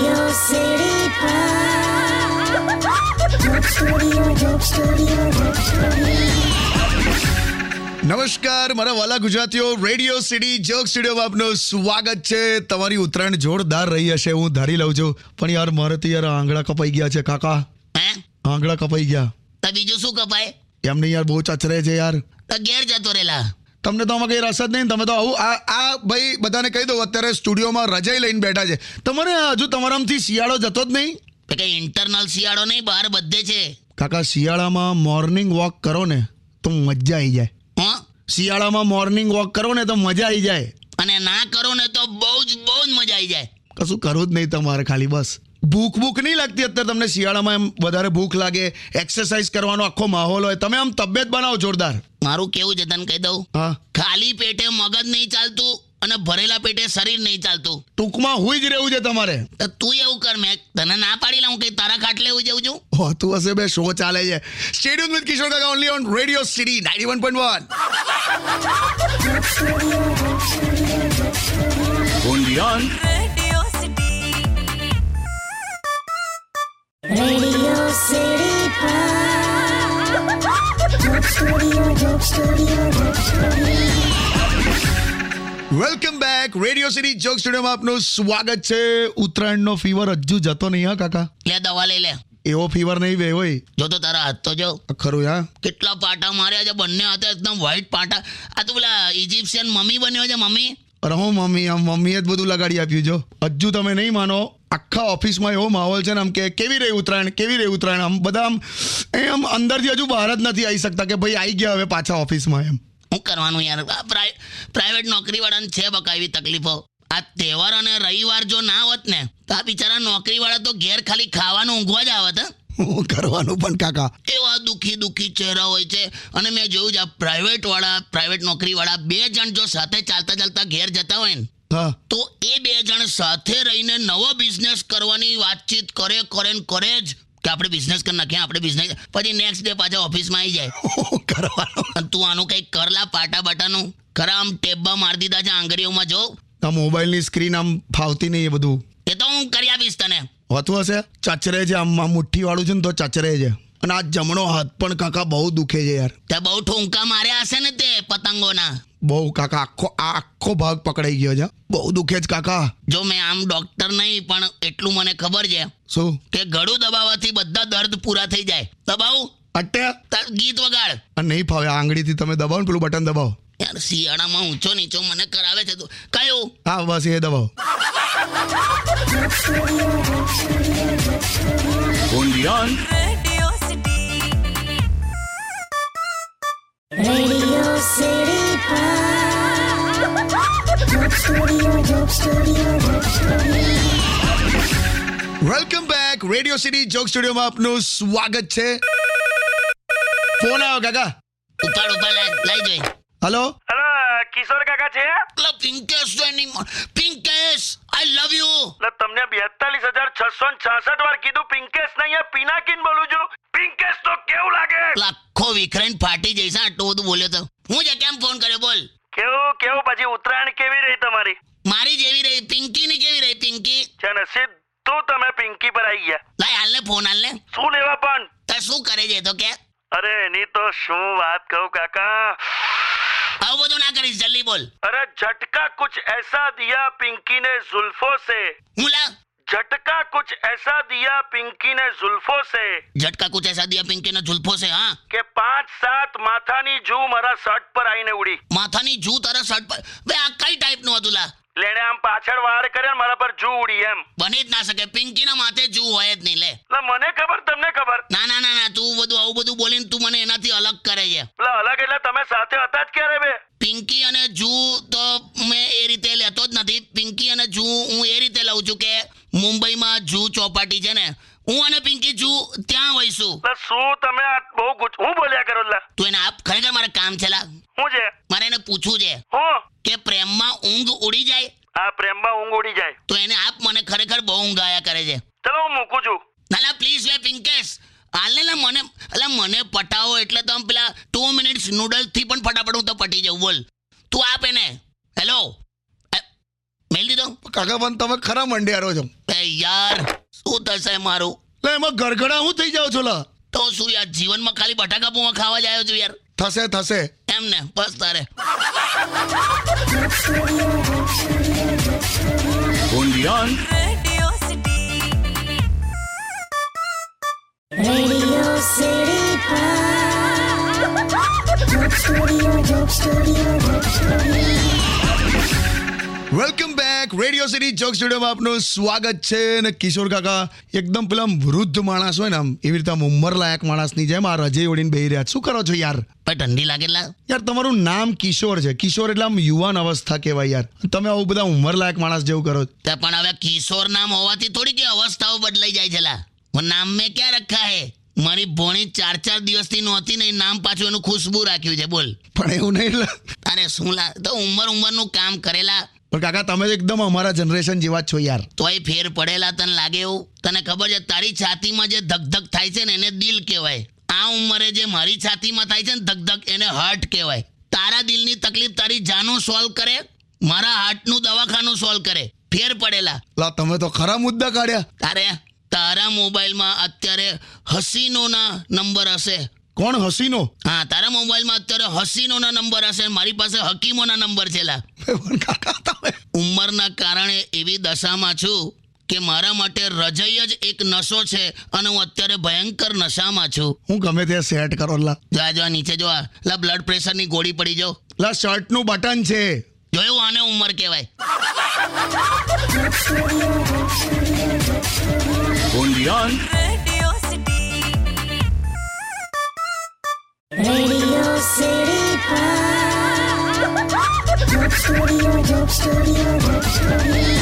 city pop. Dope studio, dope studio, dope નમસ્કાર મારા વાલા ગુજરાતીઓ રેડિયો સિટી જોક સ્ટુડિયોમાં આપનું સ્વાગત છે તમારી ઉત્તરાયણ જોરદાર રહી હશે હું ધારી લઉં છું પણ યાર મારાથી યાર આંગળા કપાઈ ગયા છે કાકા હે આંગળા કપાઈ ગયા તો બીજું શું કપાય એમને યાર બહુ ચચરે છે યાર તો ઘેર જતો રહેલા તમને તો આમાં કંઈ રસ જ નહીં ને તમે તો આવું આ આ ભાઈ બધાને કહી દઉં અત્યારે સ્ટુડિયોમાં રજાઈ લઈને બેઠા છે તમારે હજુ તમારામાંથી શિયાળો જતો જ નહીં તો કઈ ઇન્ટરનલ શિયાળો નહીં બહાર બધે છે કાકા શિયાળામાં મોર્નિંગ વોક કરો ને તો મજા આવી જાય હં શિયાળામાં મોર્નિંગ વોક કરો ને તો મજા આવી જાય અને ના કરો ને તો બહુ જ બહુ જ મજા આવી જાય કશું કરવું જ નહીં તમારે ખાલી બસ ભૂખ ભૂખ નહીં લાગતી અત્યારે તમને શિયાળામાં એમ વધારે ભૂખ લાગે એક્સરસાઇઝ કરવાનો આખો માહોલ હોય તમે આમ તબિયત બનાવો જોરદાર મારું કેવું છે તને કહી દઉં હા ખાલી પેટે મગજ નહીં ચાલતું અને ભરેલા પેટે શરીર નહીં ચાલતું ટૂંકમાં હોઈ જ રહેવું છે તમારે તો તું એવું કર મેં તને ના પાડી લઉં કે તારા ખાટલે એવું જવું છું હોતું હશે બે શો ચાલે છે stadium with Kishore Kaka only on radio city ninety one point one studio. Radio city pop. Dope studio, dope studio, dope studio. Welcome back radio city joke સ્ટુડિયોમાં આપનું સ્વાગત છે ઉત્તરાયણનો ફીવર હજુ જતો નહીં હા કાકા લે દવા લઈ લે એવો ફીવર નહીં વે હોય જો તો તારા હાથ તો જો આ ખરું હા કેટલા પાટા માર્યા છે બંને હાથે એકદમ વ્હાઈટ પાટા આ તો પેલા ઇજિપ્શિયન મમ્મી બન્યો છે મમ્મી અરે હું મમ્મી આમ મમ્મીએ જ બધું લગાડી આપ્યું જો હજુ તમે નહીં માનો આખા ઓફિસમાં એવો માહોલ છે ને આમ કે કેવી રહી ઉત્તરાયણ કેવી રહી ઉત્તરાયણ આમ બધા આમ એ આમ અંદરથી હજુ બહાર જ નથી આવી શકતા કે ભાઈ આવી ગયા હવે પાછા ઓફિસમાં એમ શું કરવાનું યાર આ પ્રાઇ- પ્રાઇવેટ નોકરીવાળાને છે બકા એવી તકલીફો આ તહેવાર અને રવિવાર જો ના હોત ને તો આ બિચારા નોકરીવાળા તો ઘેર ખાલી ખાવાનું ઊંઘવા જ આવત હં? હું કરવાનું પણ કાકા એવા દુઃખી દુઃખી ચહેરા હોય છે અને મેં જોયું છે આ પ્રાઇવેટવાળા પ્રાઇવેટ નોકરીવાળા બે જણ જો સાથે ચાલતા ચાલતા ઘેર જતા હોય ને હા તો એ બે જણ સાથે રહીને નવો બિઝનેસ કરવાની વાતચીત કરે કરે ને કરે જ કે આપણે બિઝનેસ કરી નાખીએ આપણે બિઝનેસ પછી નેક્સ્ટ ડે પાછા ઓફિસમાં આવી જાય હું કરવાનું અને તું આનું કંઈક કરલા પાટા બાટાનું ખરા આમ ટેબ્બા મારી દીધા છે આંગળીઓમાં જો આ મોબાઈલની સ્ક્રીન આમ ફાવતી નહીં એ બધું એ તો હું કરી આપીશ તને હોતું હશે ચચરે છે આમ આમ મુઠ્ઠીવાળું છે ને તો ચચરે છે અને આ જમણો હાથ પણ કાકા બહુ દુખે છે યાર તે બહુ ઠુંકા માર્યા હશે ને તે પતંગોના બહુ કાકા આખો આ આખો ભાગ પકડાઈ ગયો છે બહુ દુખે છે કાકા જો મેં આમ ડોક્ટર નહીં પણ એટલું મને ખબર છે શું કે ગળું દબાવવાથી બધા દર્દ પૂરા થઈ જાય દબાવું અટ્યા તાર ગીત વગાડ આ નહીં ફાવે આ આંગળીથી તમે દબાવો ને પેલું બટન દબાવો યાર શિયાળામાં ઊંચો નીચો મને કરાવે છે તું કયું હા બસ એ દબાવો Radio city pop. Dope studio, dope studio, dope studio. Welcome back radio city joke સ્ટુડિયોમાં આપનું સ્વાગત છે ફોન આવ્યો કાકા ઉપાડ ઉપાડ લાઈ- લઈ જોઈ હલો અરે કિશોર કાકા છે એટલે પિંકેશ તો એની પિંકેશ આઈ લવ યુ એટલે તમને બેતાલીસ હજાર છસો છાસઠ વાર કીધું પિંકેશ નહીં અહીંયા પિનાકીન બોલું છું પિંકેશ તો કેવું લાગે લાખો વિખરાઈને ફાટી જઈશ હા, આટલું બધું બોલ્યો તો હું જે કેમ ફોન કર્યો બોલ કેવું કેવું પછી ઉત્તરાયણ કેવી રહી તમારી મારી જેવી રહી પિંકી ની કેવી રહી પિંકી છે ને સીધું તમે પિંકી પર આવી ગયા લાય હાલને ફોન હાલને શું લેવા પણ તાર શું કરે છે એ તો કે અરે એની તો શું વાત કહું કાકા આવું બધું ના કરીશ જલ્દી બોલ અરે झटका कुछ ऐसा दिया पिंकी ने जुल्फों से હું લા झटका कुछ ऐसा दिया पिंकी ने जुल्फों से ઝટકા કુછ એસા દિયા પિંકી નો ઝુલ્ફો છે હા કે પાંચ સાત માથાની જૂ મારા શર્ટ પર આવીને ઉડી માથાની જૂ તારા શર્ટ પર બે આ કઈ ટાઈપનું હતું લા લેણે આમ પાછળ વાર કર્યા ને મારા પર જૂ ઉડી એમ બની જ ના શકે પિંકીના માથે જૂ હોય જ નહીં લે એટલે મને ખબર તમને ખબર ના ના ના ના તું બધું આવું બધું બોલીને તું મને એનાથી અલગ કરે છે એટલે અલગ એટલે તમે સાથે હતા જ ક્યારે બે પિંકી અને જૂ તો મેં એ રીતે લેતો જ નથી પિંકી અને જૂ હું એ રીતે લઉં છું કે મુંબઈમાં જૂ ચોપાટી છે ને હું અને પિંકી જૂ ત્યાં હોઈશું એટલે શું તમે આ બહુ ગુચ હું બોલ્યા કરો લા તું એને આપ ખરેખર મારે કામ છે લા હું છે મારે એને પૂછવું છે હું કે પ્રેમમાં ઊંઘ ઉડી જાય આ પ્રેમમાં ઊંઘ ઉડી જાય તો એને આપ મને ખરેખર બહુ ઊંઘ આયા કરે છે ચલો હું મૂકું છું ના ના પ્લીઝ લે પિંકેશ હાલને લા મને અલા મને પટાવો એટલે તો આમ પેલા ટુ મિનિટ્સ નૂડલ્સથી પણ ફટાફટ હું તો પટી જાઉં બોલ તું આપ એને હેલો મેલ દીધો કાકા પણ તમે ખરા મંડિયારો છો એ યાર શું થશે મારું લે એમાં ગરગડા હું થઈ જાઉં છો લા તો શું યાર જીવનમાં ખાલી બટાકા પૌવા ખાવા જ આવ્યો છું યાર થશે થશે એમ ને બસ તારે Radio City. Radio City Pod. Dope Studio, Dope Studio, Dope Studio. Welcome back radio city joke સ્ટુડિયોમાં આપનું સ્વાગત છે અને કિશોર કાકા એકદમ પેલા આમ વૃદ્ધ માણસ હોય ને આમ એવી રીતે આમ ઉંમર લાયક માણસની જેમ આ રજે ઓડીને બેહી રહ્યા છો. શું કરો છો યાર ભાઈ ઠંડી લાગે એટલે યાર તમારું નામ કિશોર છે કિશોર એટલે આમ યુવાન અવસ્થા કહેવાય યાર તમે આવું બધા ઉંમર લાયક માણસ જેવું કરો છો. તે પણ હવે કિશોર નામ હોવાથી થોડી કે અવસ્થાઓ બદલાઈ જાય છે લા હું નામ મેં ક્યાં રખા હે મારી ભોણી ચાર ચાર દિવસથી નહોતી નહીં નામ પાછું એનું ખુશ્બુ રાખ્યું છે બોલ પણ એવું નહીં લા. અરે શું લા તો ઉંમર ઉંમરનું કામ કરેલા પણ કાકા તમે તો એકદમ અમારા જનરેશન જેવા જ છો યાર તોય ફેર પડેલા તને લાગે એવું તને ખબર છે તારી છાતીમાં જે ધગધગ થાય છે ને એને દિલ કહેવાય આ ઉંમરે જે મારી છાતીમાં થાય છે ને ધગધગ એને હાર્ટ કહેવાય તારા દિલની તકલીફ તારી જાનું સોલ્વ કરે મારા હાર્ટનું દવાખાનું સોલ્વ કરે ફેર પડેલા લા તમે તો ખરા મુદ્દા કાઢ્યા તારે તારા મોબાઈલમાં અત્યારે હસીનોના નંબર હશે કોણ હસીનો હા તારા મોબાઈલમાં અત્યારે હસીનોના નંબર હશે મારી પાસે હકીમોના નંબર છેલા પણ કાકા તમે ઉંમરના કારણે એવી દશામાં છું કે મારા માટે રજય જ એક નશો છે અને હું અત્યારે ભયંકર નશામાં છું હું ગમે તે સેટ કરો લા જો આ જો આ નીચે જો આ લા બ્લડ પ્રેશરની ગોળી પડી જાઓ લા શર્ટનું બટન છે જોયું આને ઉંમર કહેવાય Radio City. Radio City Pod. Dope Studio, Dope Studio, Dope Studio.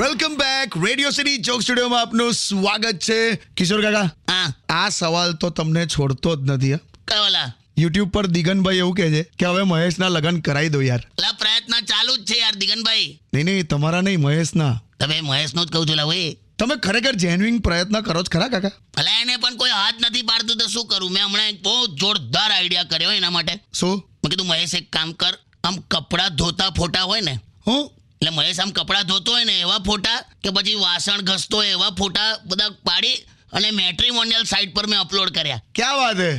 Welcome back radio city joke સ્ટુડિયોમાં આપનું સ્વાગત છે કિશોર કાકા હા આ સવાલ તો તમને છોડતો જ નથી કયો લા યુટ્યુબ પર દિગનભાઈ એવું કહે છે કે હવે મહેશના લગ્ન કરાવી દો યાર લા પ્રયત્ન ચાલુ જ છે યાર દિગનભાઈ નહીં નહીં તમારા નહીં મહેશના તમે મહેશનું જ કહું છું લા ભાઈ તમે ખરેખર જેન્યુઇન પ્રયત્ન કરો જ ખરા કાકા અલા એને પણ કોઈ હાથ નથી પાડતું તો શું કરું મેં હમણાં એક બહુ જોરદાર આઈડિયા કર્યો એના માટે શું મેં કીધું મહેશ એક કામ કર આમ કપડાં ધોતા ફોટા હોય ને હું એટલે મહેશ આમ કપડાં ધોતો હોય ને એવા ફોટા કે પછી વાસણ ઘસતો હોય એવા ફોટા બધા પાડી અને મેટ્રીમોનિયલ સાઇટ પર મેં અપલોડ કર્યા ક્યાં વાત હે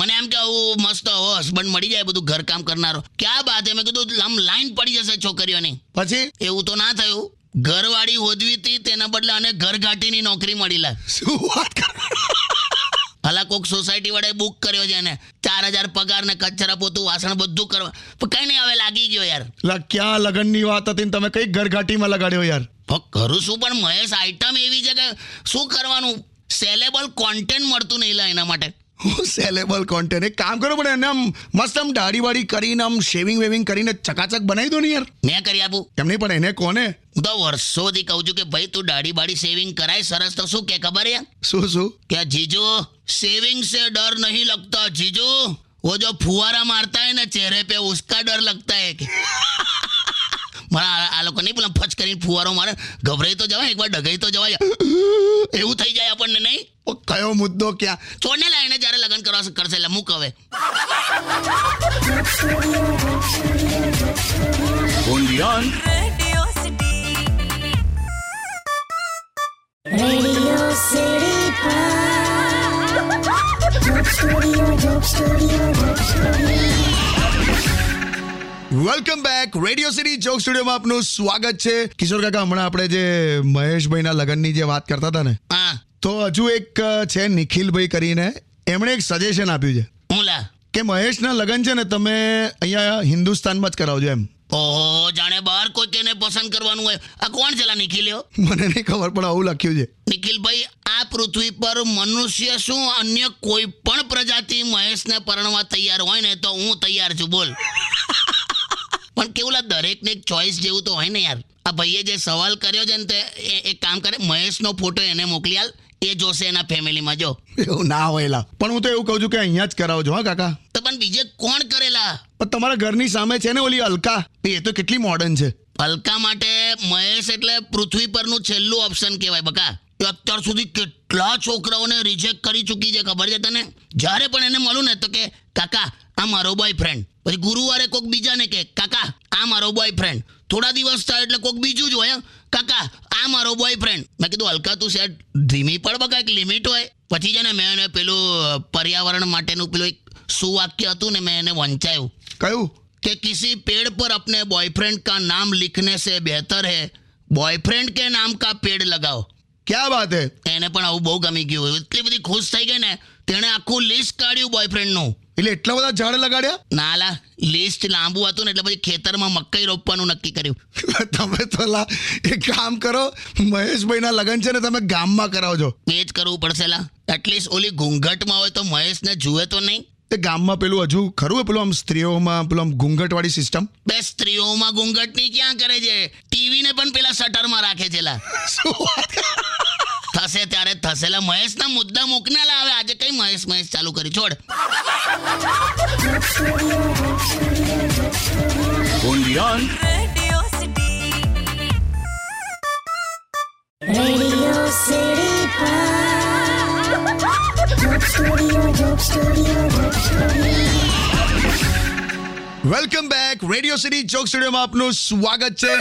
મને એમ કે આવું મસ્ત હો હસબન્ડ મળી જાય બધું ઘરકામ કરનારો ક્યાં બાત હે? મેં કીધું આમ લાઈન પડી જશે છોકરીઓની પછી એવું તો ના થયું ઘરવાળી હોદવી હતી તેના બદલે અને ઘરઘાટીની નોકરી મળીલા શું વાત કરો? હલા કોક સોસાયટી વાળાએ બુક કર્યો છે એને ચાર હજાર પગાર ને કચરા પોતું વાસણ બધું કરવા પણ કઈ નહીં હવે લાગી ગયો યાર લા ક્યાં લગ્નની વાત હતી ને તમે કઈ ઘરઘાટીમાં લગાડ્યો યાર પણ કરું શું પણ મહેશ આઈટમ એવી છે કે શું કરવાનું સેલેબલ કોન્ટેન્ટ મળતું નહીં લા એના માટે હું સેલેબલ કોન્ટેન્ટ એક કામ કરો પણ એને આમ મસ્ત આમ દાઢી વાડી કરીને આમ શેવિંગ વેવિંગ કરીને ચકાચક બનાવી દો ને યાર મેં કરી આપું એમ નહીં પણ એને કોને હું તો વર્ષોથી કહું છું કે ભાઈ તું દાઢી બાડી સેવિંગ કરાય સરસ તો શું કે ખબર હે શું શું કે જીજુ સેવિંગ से डर नहीं लगता जीजू वो जो फुवारा मारता है ना चेहरे पे उसका डर लगता है कि મારા આ- આ લોકો નહીં પેલા ફચ કરીને ફુવારો મારે ગભરાઈ તો જવાય એકવાર ડગાઈ તો જવાય એવું થઈ જાય આપણને નહીં ઓ, કયો મુદ્દો ક્યાં છોડને લાઈને જ્યારે લગ્ન કરવા કરશે એટલે મૂક હવે Radio City. Radio City Pod. Dope Studio, Dope Studio, Dope Studio. Welcome back radio city joke સ્ટુડિયોમાં આપનું સ્વાગત છે કિશોર કાકા હમણાં આપણે જે મહેશભાઈના લગ્નની જે વાત કરતા હતા ને હા તો હજુ એક અ, છે નિખિલભાઈ કરીને એમણે એક સજેશન આપ્યું છે હું લા કે મહેશના લગ્ન છે ને તમે અહીંયા હિન્દુસ્તાનમાં જ કરાવજો એમ ઓહો જાણે બહાર કોઈ કેને પસંદ કરવાનું હોય આ કોણ છે લા નિખિલ્યો મને નહીં ખબર પણ આવું લખ્યું છે નિખિલભાઈ આ પૃથ્વી પર મનુષ્ય શું અન્ય કોઈ પણ પ્રજાતિ મહેશને પરણવા તૈયાર હોય ને તો હું તૈયાર છું બોલ પણ કેવું લા દરેકને એક ચોઈસ જેવું તો હોય ને યાર આ ભાઈએ જે સવાલ કર્યો છે ને તે એ- એક કામ કરે મહેશનો ફોટો એને મોકલી આલ એ જોશે એના ફેમિલીમાં જો એવું ના હોય લા પણ હું તો એવું કહું છું કે અહીંયા જ કરાવજો હા કાકા તો પણ બીજે કોણ કરેલા પણ તમારા ઘરની સામે છે ને ઓલી અલકા એ તો કેટલી મોડર્ન છે અલકા માટે મહેશ એટલે પૃથ્વી પરનું છેલ્લું ઓપ્શન કહેવાય બકા તો અત્યાર સુધી કેટલા છોકરાઓને રિજેક્ટ કરી ચૂકી છે ખબર છે તને જ્યારે પણ એને મળું ને તો કે કાકા આ મારો બોયફ્રેન્ડ પછી ગુરુવારે કોઈક બીજાને કે કાકા આ મારો બોયફ્રેન્ડ થોડા દિવસ થાય એટલે કોઈક બીજું જ હોય "હં, કાકા આ મારો બોયફ્રેન્ડ મેં કીધું હલકા તું શેર ધીમી પડ બકા એક લિમિટ હોય પછી છે ને મેં એને પેલું અ, પર્યાવરણ માટેનું પેલું એક સુવાક્ય હતું ને મેં એને વંચાયું કયું कि किसी पेड़ पर अपने बॉयफ्रेंड का नाम लिखने से बेहतर है बॉयफ्रेंड के नाम का पेड़ लगाओ ક્યાં વાત હે એને પણ આવું બહુ ગમી ગયું એટલી બધી ખુશ થઈ ગઈ ને તેણે આખું લિસ્ટ કાઢ્યું બોયફ્રેન્ડનું એટલે એટલા બધા ઝાડ લગાડ્યા નાલા લિસ્ટ લાંબુ હતું ને એટલે પછી ખેતરમાં મકાઈ રોપવાનું નક્કી કર્યું તમે તો લા એક કામ કરો મહેશભાઈના લગ્ન છે ને તમે ગામમાં કરાવજો એ જ કરવું પડશે લા એટલીસ્ટ ઓલી ઘૂંઘટમાં હોય તો મહેશને જુએ તો નહીં તે ગામમાં પેલું હજુ ખરું હે પેલું આમ સ્ત્રીઓમાં પેલું આમ ઘૂંઘટવાળી સિસ્ટમ બે સ્ત્રીઓમાં ઘૂંઘટની ક્યાં કરે છે ટીવીને પણ પેલા શટરમાં રાખે છે લા થશે ત્યારે જ થશે લા મહેશના મુદ્દા મૂકને લા હવે આજે કઈ મહેશ મહેશ ચાલુ કરી છોડ Radio City. Radio City Pod. Dope Studio, Dope Studio, Dope Studio. Welcome back radio city ચોક સ્ટુડિયોમાં આપનું સ્વાગત છે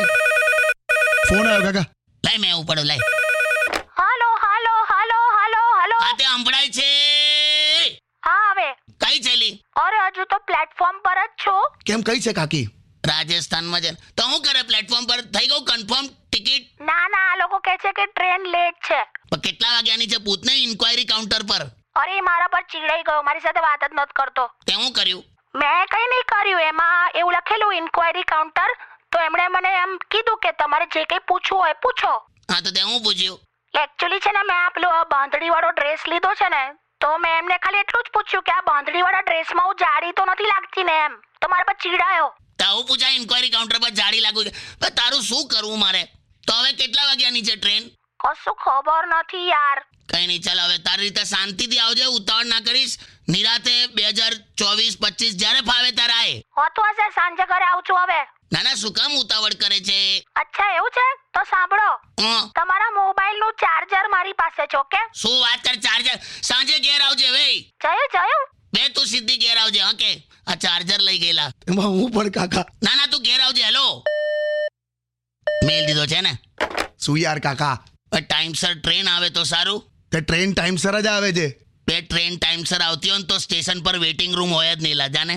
ફોન આવ્યો કાકા લાય મેં ઉપર લાય હાલો હાલો હાલો હાલો હાલો આ તે સંભળાય છે હા હવે કઈ છેલી અરે હજુ તો પ્લેટફોર્મ પર જ છું કેમ કઈ છે કાકી રાજસ્થાનમાં છે તો હું કરે પ્લેટફોર્મ પર થઈ ગયું કન્ફર્મ ટિકિટ ના ના આ લોકો કહે છે કે ટ્રેન લેટ છે પણ કેટલા વાગ્યાની છે પૂછને ઇન્ક્વાયરી કાઉન્ટર પર અરે એ મારા પર ચીડાઈ ગયો મારી સાથે વાત જ નહોતો કરતો તે હું કર્યું મેં કંઈ નહીં કર્યું એમાં એવું લખેલું ઇન્ક્વાયરી કાઉન્ટર તો એમણે મને એમ કીધું કે તમારે જે કંઈ પૂછવું હોય પૂછો હા તો તે હું પૂછ્યું એકચ્યુઅલી છે ને મેં આ પેલો બાંધણી વાળો ડ્રેસ લીધો છે ને તો મેં એમને ખાલી એટલું જ પૂછ્યું કે આ બાંધણી વાળા ડ્રેસમાં હું જાડી તો નથી લાગતી ને એમ તો મારા પર ચીડાયો તો આવું પૂછાય ઇન્ક્વાયરી કાઉન્ટર પર જાડી લાગુ છે પણ તારું શું કરવું મારે તો હવે કેટલા વાગ્યાની છે ટ્રેન કશું ખબર નથી યાર કઈ નહીં ચાલ હવે તારી રીતે શાંતિથી આવજે ઉતાવળ ના કરીશ નિરાતે બે હજાર ચોવીસ પચીસ જ્યારે ફાવે ત્યારે આય હોતું હશે સાંજે ઘરે આવું છું હવે ના ના શું કામ ઉતાવળ કરે છે અચ્છા એવું છે તો સાંભળો હં, તમારા મોબાઈલ નું ચાર્જર મારી પાસે છે ઓકે શું વાત કર ચાર્જર સાંજે ઘેર આવજે વેઈ જયું જયું બે તું સીધી ઘેર આવજે ઓકે આ ચાર્જર લઈ ગયેલા એમાં હું પણ કાકા ના ના તું ઘેર આવજે હેલો મેલ દીધો છે ને શું યાર કાકા પણ ટાઈમસર ટ્રેન આવે તો સારું તે ટ્રેન ટાઈમસર જ આવે છે બે ટ્રેન ટાઈમસર આવતી હોય ને તો સ્ટેશન પર વેઇટિંગ રૂમ હોય જ નહીં લા જાને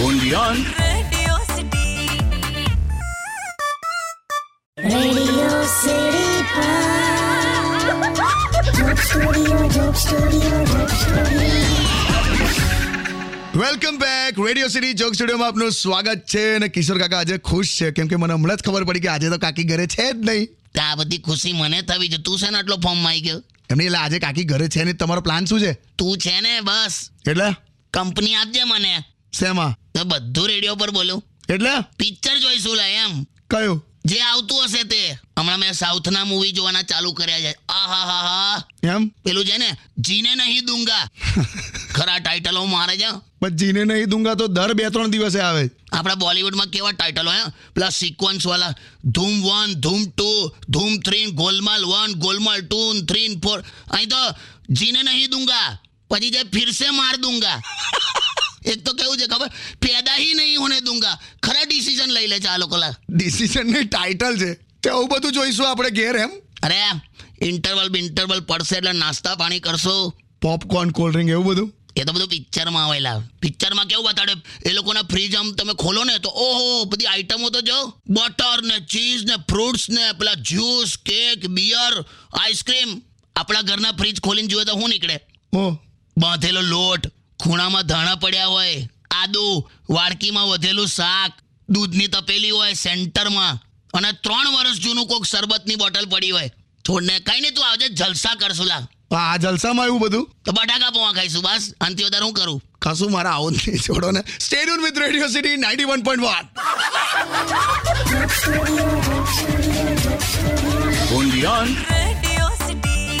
Radio City. Radio City Pod. Dope Studio, Dope Studio, Dope Studio. Welcome back radio city joke સ્ટુડિયોમાં આપનું સ્વાગત છે અને કિશોર કાકા આજે ખુશ છે કેમ કે મને હમણાં જ ખબર પડી કે આજે તો કાકી ઘરે છે જ નહીં તો આ બધી ખુશી મને થવી છે તું છે ને આટલો ફોર્મ માં ગયો એમની એટલે આજે કાકી ઘરે છે નહીં તમારો પ્લાન શું છે તું છે ને બસ એટલે કંપની આપજે મને શેમાં તો બધું રેડિયો પર બોલું એટલે પિક્ચર જોઈશું લા એમ કયું જે આવતું હશે તે હમણાં મેં સાઉથના મૂવી જોવાના ચાલુ કર્યા છે આ હા હા હા એમ પેલું છે ને જીને નહીં દૂંગા ખરા ટાઇટલો મારે છે પણ જીને નહીં દુંગા તો દર બે ત્રણ દિવસે આવે આપણા બોલિવૂડમાં કેવા ટાઇટલો હે પેલા સિક્વન્સ વાળા ધૂમ one Dhoom two Dhoom three Golmaal one Golmaal two three four અહીં તો જીને નહીં દૂંગા પછી જે ફિરસે માર દૂંગા એક તો કેવું છે ખબર પેદા હી નહીં હોને દૂંગા ખરા ડિસિઝન લઈ લે છે આ લોકો લા ડિસિઝનની ટાઇટલ છે તે આવું બધું જોઈશું આપણે ઘેર એમ અરે ઇન્ટરવલ ઇન્ટરવલ પડશે એટલે નાસ્તા પાણી કરશો પોપકોર્ન કોલ્ડ ડ્રિંક એવું બધું એ તો બધું પિક્ચરમાં આવેલા પિક્ચરમાં કેવું બતાડે એ લોકોના ફ્રીજ આમ તમે ખોલો ને તો ઓહો બધી આઈટમો તો જો બટર ને ચીઝ ને ફ્રૂટ્સ ને પેલા જ્યુસ કેક બિયર આઈસ્ક્રીમ આપણા ઘરના ફ્રીજ ખોલીને જુએ તો શું નીકળે ઓ બાંધેલો લોટ ખૂણામાં ધાણા પડ્યા હોય આદુ વાડકીમાં વધેલું શાક દૂધની તપેલી હોય સેન્ટરમાં અને ત્રણ વર્ષ જૂનું કોક શરબતની બોટલ પડી હોય છોડને કઈ નહીં તું આવજે જલસા કરશું લા આ જલસામાં એવું બધું તો બટાકા પોવા ખાઈશું બસ અંતિ વધારે હું કરું કશું મારા આવું જ નહીં છોડો ને stadium with radio city ninety one point one Radio City.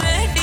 Radio